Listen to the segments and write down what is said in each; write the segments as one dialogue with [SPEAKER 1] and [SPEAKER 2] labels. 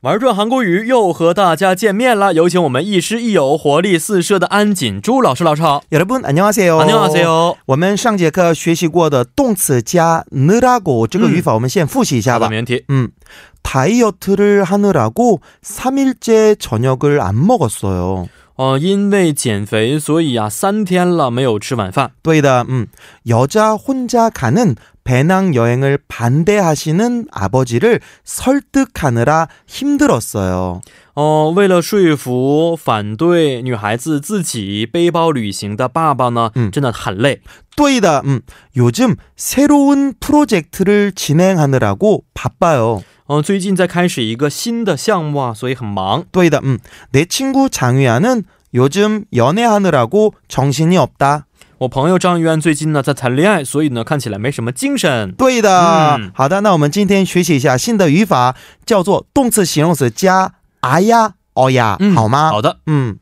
[SPEAKER 1] 玩转韩国语又和大家见面了，有请我们亦师亦友、活力四射的安锦珠老师。老师好，
[SPEAKER 2] 여러분 안녕하세요.
[SPEAKER 1] 안녕하세요。
[SPEAKER 2] 我们上节课学习过的动词加느라고这个语法，我们先复习一下
[SPEAKER 1] 好的，
[SPEAKER 2] 吧。
[SPEAKER 1] 没问题。
[SPEAKER 2] 음, 다이어트를 하느라고 3일째 저녁을 안 먹었어요.
[SPEAKER 1] 哦、因为减肥，所以啊，三天了没有吃晚饭。
[SPEAKER 2] 또이다. 음, 여자 혼자 가는 배낭 여행을 반대하시는 아버지를 설득하느라 힘들었어요.
[SPEAKER 1] 哦、为了说服反对女孩子自己背包旅行的爸爸呢，
[SPEAKER 2] 嗯
[SPEAKER 1] 真的很累。
[SPEAKER 2] 또이다. 음, 요즘 새로운 프로젝트를 진행하느라고 바빠요.
[SPEAKER 1] 嗯、最近在开始一个新的项目啊，所以很忙。
[SPEAKER 2] 또이다. 음, 내 친구 장휘아는 요즘 연애하느라고 정신이 없다.
[SPEAKER 1] 我朋友张渊最近呢在谈恋爱，所以呢看起来没什么精神。
[SPEAKER 2] 또이다.
[SPEAKER 1] 음.
[SPEAKER 2] 好的，那我们今天学习一下新的语法，叫做动词形容词加 아야 어야，
[SPEAKER 1] 嗯，
[SPEAKER 2] 好吗？
[SPEAKER 1] 好的，
[SPEAKER 2] 嗯。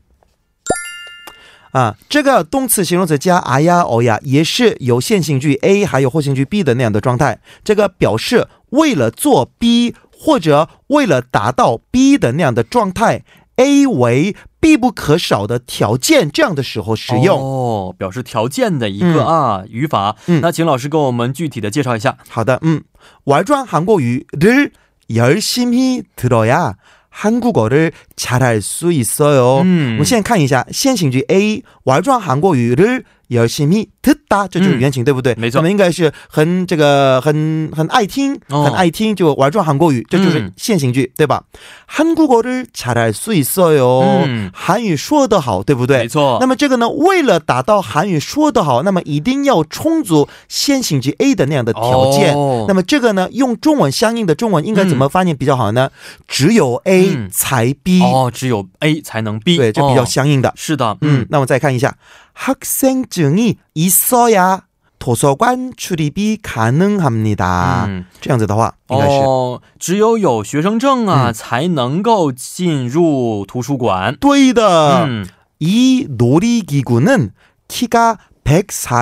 [SPEAKER 2] 啊，这个动词形容词加 a 呀、o 呀，也是有线性句 a 还有后性句 b 的那样的状态。这个表示为了做 b 或者为了达到 b 的那样的状态，a 为必不可少的条件，这样的时候使用。
[SPEAKER 1] 哦，表示条件的一个
[SPEAKER 2] 嗯
[SPEAKER 1] 啊、语法。
[SPEAKER 2] 嗯
[SPEAKER 1] 那请老师给我们具体的介绍一下。
[SPEAKER 2] 好的，嗯，玩转韩国语를 음, 열심히들어야한국어를잘할수있어요。我
[SPEAKER 1] 嗯
[SPEAKER 2] 们先看一下先行句 A，玩转韩国语를열심히듣다，这就是原型，对不对？
[SPEAKER 1] 没错
[SPEAKER 2] 我们应该是很这个很很爱听，
[SPEAKER 1] 哦
[SPEAKER 2] 很爱听，就玩转韩国语，这就是
[SPEAKER 1] 嗯
[SPEAKER 2] 现行句，对吧？한국어를잘할수있어요，
[SPEAKER 1] 嗯
[SPEAKER 2] 韩语说得好，对不对？
[SPEAKER 1] 没错。
[SPEAKER 2] 那么这个呢，为了达到韩语说得好，那么一定要充足先行句 A 的那样的条件。
[SPEAKER 1] 哦
[SPEAKER 2] 那么这个呢，用中文相应的中文应该怎么翻译比较好呢？只有 A
[SPEAKER 1] 嗯
[SPEAKER 2] 才 B，、
[SPEAKER 1] 哦，只有 A 才能 B，
[SPEAKER 2] 对，这比较
[SPEAKER 1] 哦、
[SPEAKER 2] 相应的。
[SPEAKER 1] 是的，
[SPEAKER 2] 嗯
[SPEAKER 1] 嗯，，
[SPEAKER 2] 那我们再看一下，학생증이있어야도서관출입이가능합니다。
[SPEAKER 1] 嗯
[SPEAKER 2] 这样子的话，啊应该是、
[SPEAKER 1] 哦，只有有学生证啊、
[SPEAKER 2] 嗯
[SPEAKER 1] 才能够进入图书馆。
[SPEAKER 2] 对的。
[SPEAKER 1] 嗯，
[SPEAKER 2] 이 놀이기구는 키가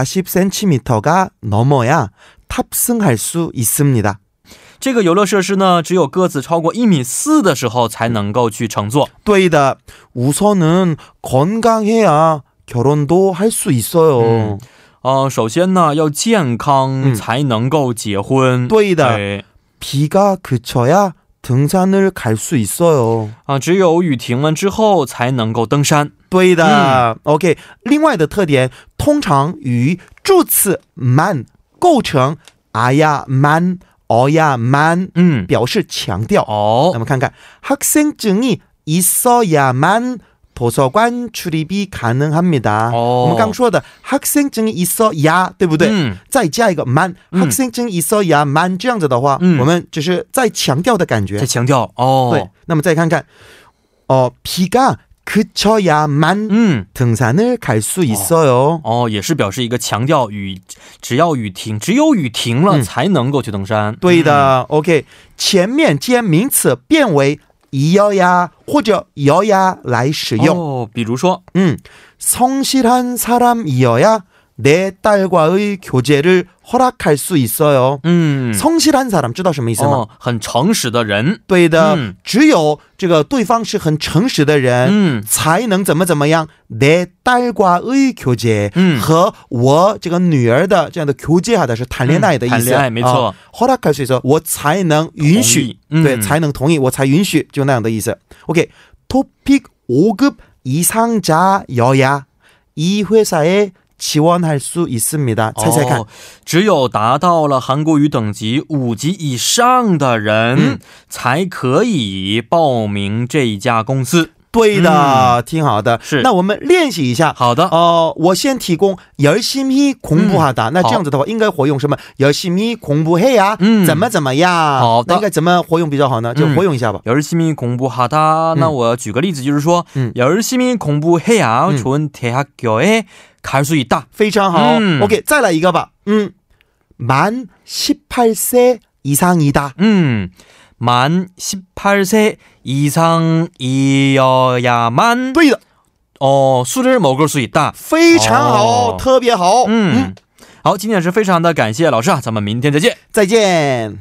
[SPEAKER 2] 140cm가 넘어야 탑승할 수 있습니다.
[SPEAKER 1] 这个游乐设施呢，只有个子超过一米四的时候才能够去乘坐。
[SPEAKER 2] 嗯 또이다. 우선은 건강해야 결혼도 할 수 있어요.
[SPEAKER 1] 음. 哦、首先呢，要健康
[SPEAKER 2] 嗯
[SPEAKER 1] 才能够结婚。
[SPEAKER 2] 또이다.
[SPEAKER 1] 对
[SPEAKER 2] 비가 그쳐야 등산을 갈 수 있어요.
[SPEAKER 1] 啊，只有雨停了之后才能够登山。
[SPEAKER 2] 对的、o k 另外的特点通常与助词 man 构成 아야 man 어야 man
[SPEAKER 1] 嗯，
[SPEAKER 2] 表示强调。那
[SPEAKER 1] 哦，
[SPEAKER 2] 么看看학생증이있어야만도서관출입이가능합니다。
[SPEAKER 1] 哦
[SPEAKER 2] 我们刚说的학생증이있어야，对不对？
[SPEAKER 1] 嗯
[SPEAKER 2] 再加一个 man，
[SPEAKER 1] 嗯
[SPEAKER 2] 학생증이있어야 man，这样子的话，
[SPEAKER 1] 嗯
[SPEAKER 2] 我们只是在强调的感觉
[SPEAKER 1] 再。强调哦。
[SPEAKER 2] 对，那么再看看，哦、 어, 비가그쳐야만
[SPEAKER 1] 嗯，
[SPEAKER 2] 등산을갈 수있어요。
[SPEAKER 1] 哦，也是表示一个强调雨，只要雨停，只有雨停了
[SPEAKER 2] 嗯
[SPEAKER 1] 才能够去登山。
[SPEAKER 2] 对的、o k 前面接名词变为이어야或者여야来使
[SPEAKER 1] 嗯，
[SPEAKER 2] 用。
[SPEAKER 1] 哦，比如说，
[SPEAKER 2] 음, 성실한 사람이어야 내 딸과의 교제를 허락할 수 있어요.
[SPEAKER 1] 嗯，
[SPEAKER 2] 성실한 사람, 知道什么意思吗?
[SPEAKER 1] 哦，很诚实的人，
[SPEAKER 2] 对的,
[SPEAKER 1] 嗯。
[SPEAKER 2] 只有这个对方是很诚实的人。
[SPEAKER 1] 嗯，
[SPEAKER 2] 才能怎么怎么样？내 딸과의 교제
[SPEAKER 1] 嗯。
[SPEAKER 2] 啊 和我这个女儿的这样的교제하다是谈恋爱的意思。 啊
[SPEAKER 1] 嗯，谈恋爱，没错。
[SPEAKER 2] 허락할 수 있어. 我才能允许。
[SPEAKER 1] 同意。嗯。
[SPEAKER 2] 对，才能同意，我才允许，就那样的意思。OK, 토픽 5급 이상자여야 이 회사에 지원할 수 있습니다. 猜猜看，
[SPEAKER 1] 哦，只有达到了韩国语等级五级以上的人、
[SPEAKER 2] 嗯
[SPEAKER 1] 才可以报名这一家公司。
[SPEAKER 2] 对的，挺好的。
[SPEAKER 1] 嗯是
[SPEAKER 2] 那我们练习一下。
[SPEAKER 1] 好的，
[SPEAKER 2] 哦、我先提供열심히공부하다。那这样子的话，应该活用什么？열심히공부해야，
[SPEAKER 1] 嗯
[SPEAKER 2] 啊怎么怎么样？
[SPEAKER 1] 好的
[SPEAKER 2] 那应该怎么活用比较好呢？就
[SPEAKER 1] 嗯
[SPEAKER 2] 活用一下吧。
[SPEAKER 1] 열심히 공부하다.
[SPEAKER 2] 음.
[SPEAKER 1] 나我举个例子就是说
[SPEAKER 2] 음.
[SPEAKER 1] 열심히 공부해야
[SPEAKER 2] 음.
[SPEAKER 1] 좋은 대학교에 갈 수 있다.
[SPEAKER 2] 非常好。
[SPEAKER 1] 嗯
[SPEAKER 2] OK，再来一个吧。嗯，满1 8세이상이다。
[SPEAKER 1] 음. 만 어, 18세 이상이어야만
[SPEAKER 2] 对的，
[SPEAKER 1] 哦，素质某个数大。
[SPEAKER 2] 非常好，
[SPEAKER 1] 哦
[SPEAKER 2] 特别好。嗯
[SPEAKER 1] 嗯，好，今天也是非常的感谢老师啊，咱们明天再见。
[SPEAKER 2] 再见。